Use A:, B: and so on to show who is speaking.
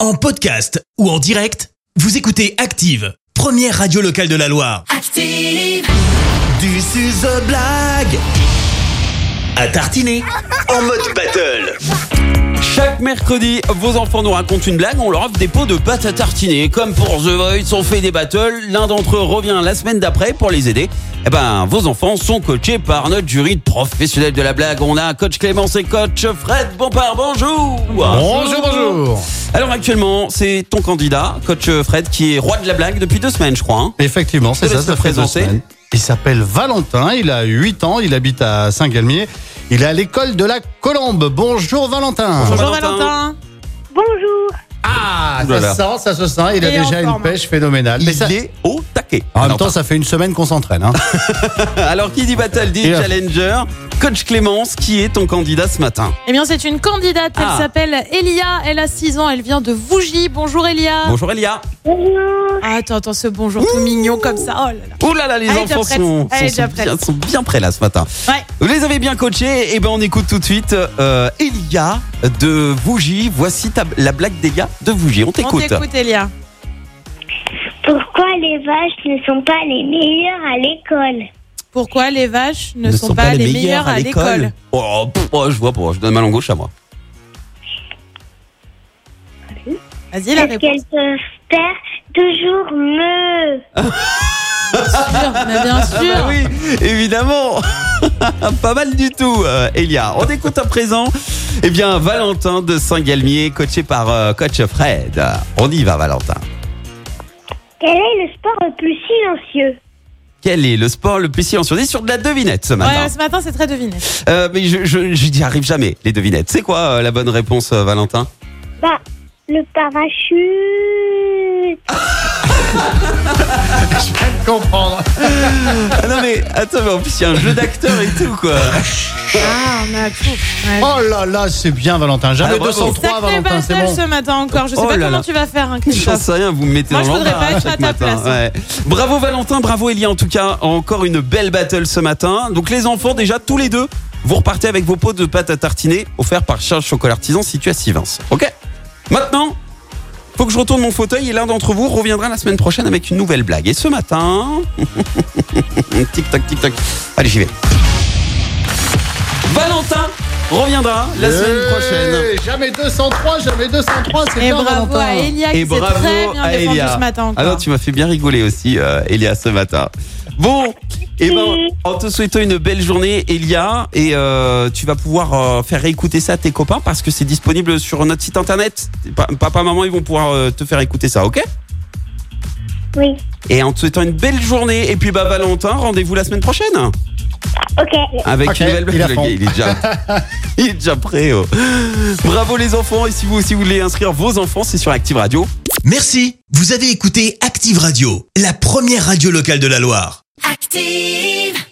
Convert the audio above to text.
A: En podcast ou en direct, vous écoutez Active, première radio locale de la Loire.
B: Active,
A: Du suzo blague à tartiner en mode battle.
C: Chaque mercredi, vos enfants nous racontent une blague, on leur offre des pots de pâte à tartiner. Comme pour The Voice, on fait des battles, l'un d'entre eux revient la semaine d'après pour les aider. Eh ben, vos enfants sont coachés par notre jury de professionnels de la blague. On a coach Clémence et coach Fred Bompard, bonjour
D: Bonjour, bonjour
C: Alors actuellement, c'est ton candidat, coach Fred, qui est roi de la blague depuis deux semaines, je crois. hein.
D: Effectivement, c'est
C: Je te
D: ça,
C: laisse
D: ça
C: te
D: fait deux
C: présenter.
D: semaines. Il s'appelle Valentin, il a 8 ans, il habite à Saint-Galmier. Il est à l'école de la Colombe. Bonjour Valentin
C: Bonjour, Valentin.
E: Bonjour.
D: Ah,
C: Ouh là là.
D: ça sent, ça se sent, il a
E: Et en
D: déjà une
E: forme.
D: pêche phénoménale. Mais ça-
C: Il est au taquet.
D: En même
C: Alors,
D: temps, ça fait une semaine qu'on s'entraîne. hein.
C: Alors qui dit battle dit
D: Et là-
C: challenger. Coach Clémence, qui est ton candidat ce matin
E: Eh bien, c'est une candidate. Elle
C: Ah.
E: s'appelle Elia. Elle a 6 ans. Elle vient de Vougy. Bonjour, Elia.
C: Bonjour Elia.
E: Ah, attends, attends, ce bonjour tout mignon comme ça. Oh là là.
C: Ouh là là, les
E: Elle est déjà
C: enfants
E: prête.
C: sont,
E: Elle est
C: sont- sont
E: déjà prête.
C: bien, sont bien prêts là ce matin.
E: Ouais.
C: Vous les avez bien coachés, et ben on écoute tout de suite euh, Elia de Vougy. Voici ta- la blague des gars de Vougy. On
E: On
C: t'écoute.
E: t'écoute, Elia.
F: Pourquoi les vaches ne sont pas les meilleures à l'école
E: Pourquoi les vaches ne, sont, pas, les meilleures à l'école
C: Oh, pff, oh, je vois pas, je donne ma langue gauche à moi.
E: Vas-y, la
F: Parce
E: réponse.
F: qu'elles peuvent faire toujours mieux.
E: Bien sûr, mais bien sûr.
C: Ah oui, évidemment. pas mal du tout, euh, Elia. On écoute à présent eh bien, Valentin de Saint-Galmier, coaché par euh, coach Fred. On y va, Valentin.
F: Quel est le sport le plus silencieux
C: Quel est le sport le plus silencieux On est sur de la devinette ce matin.
E: Ouais, ce matin, c'est très deviné.
C: Euh, mais je, je, je n'y arrive jamais, les devinettes. C'est quoi euh, la bonne réponse, euh, Valentin
F: Bah, le parachute.
E: Ah.
D: Comprendre.
C: ah Non mais attends, mais en plus il y a un jeu d'acteur et tout quoi.
E: Ah, on a tout. Ouais.
D: Oh là là, c'est bien Valentin. Jamais
C: Ah, bravo.
E: Sacré
D: 203 Valentin, c'est
E: battle
D: bon.
E: ce matin encore. Je sais
C: Oh
E: pas
C: là
E: comment
C: là.
E: tu vas faire, hein,
C: J'en
E: Christophe.
C: sais rien, vous me mettez
E: Moi,
C: dans
E: je voudrais
C: l'embarras
E: pas être
C: chaque
E: à ta place,
C: matin,
E: hein.
C: ouais. Bravo Valentin, bravo Elia en tout cas, encore une belle battle ce matin. Donc les enfants déjà tous les deux, vous repartez avec vos pots de pâte à tartiner offerts par Charles Chocolat Artisan situé à Sivins. OK Maintenant, faut que je retourne mon fauteuil et l'un d'entre vous reviendra la semaine prochaine avec une nouvelle blague. Et ce matin, tic tac tic tac. Allez, j'y vais. Valentin reviendra la semaine prochaine.
D: Hey, Eh, Jamais 203, jamais 203, c'est
E: Et
D: bien
E: bravo
D: Valentin.
E: à Elia
C: Et
E: qui s'est
C: bravo
E: très bien
C: à
E: défendue
C: Elia.
E: ce matin encore.
C: Ah non, tu m'as fait bien rigoler aussi, euh, Elia, ce matin. Bon, et ben, en te souhaitant une belle journée, Elia, et euh, tu vas pouvoir euh, faire réécouter ça à tes copains parce que c'est disponible sur notre site internet. Pa- Papa, maman, ils vont pouvoir euh, te faire écouter ça, ok
F: Oui,
C: Et en te souhaitant une belle journée, et puis bah Valentin, rendez-vous la semaine prochaine
F: ok.
C: avec
D: Ok,
C: une nouvelle
D: il a faim.
C: Il est déjà, il est déjà prêt. oh. Bravo les enfants, et si vous aussi voulez inscrire vos enfants, c'est sur Active Radio.
A: Merci, vous avez écouté Active Radio, la première radio locale de la Loire.
B: active.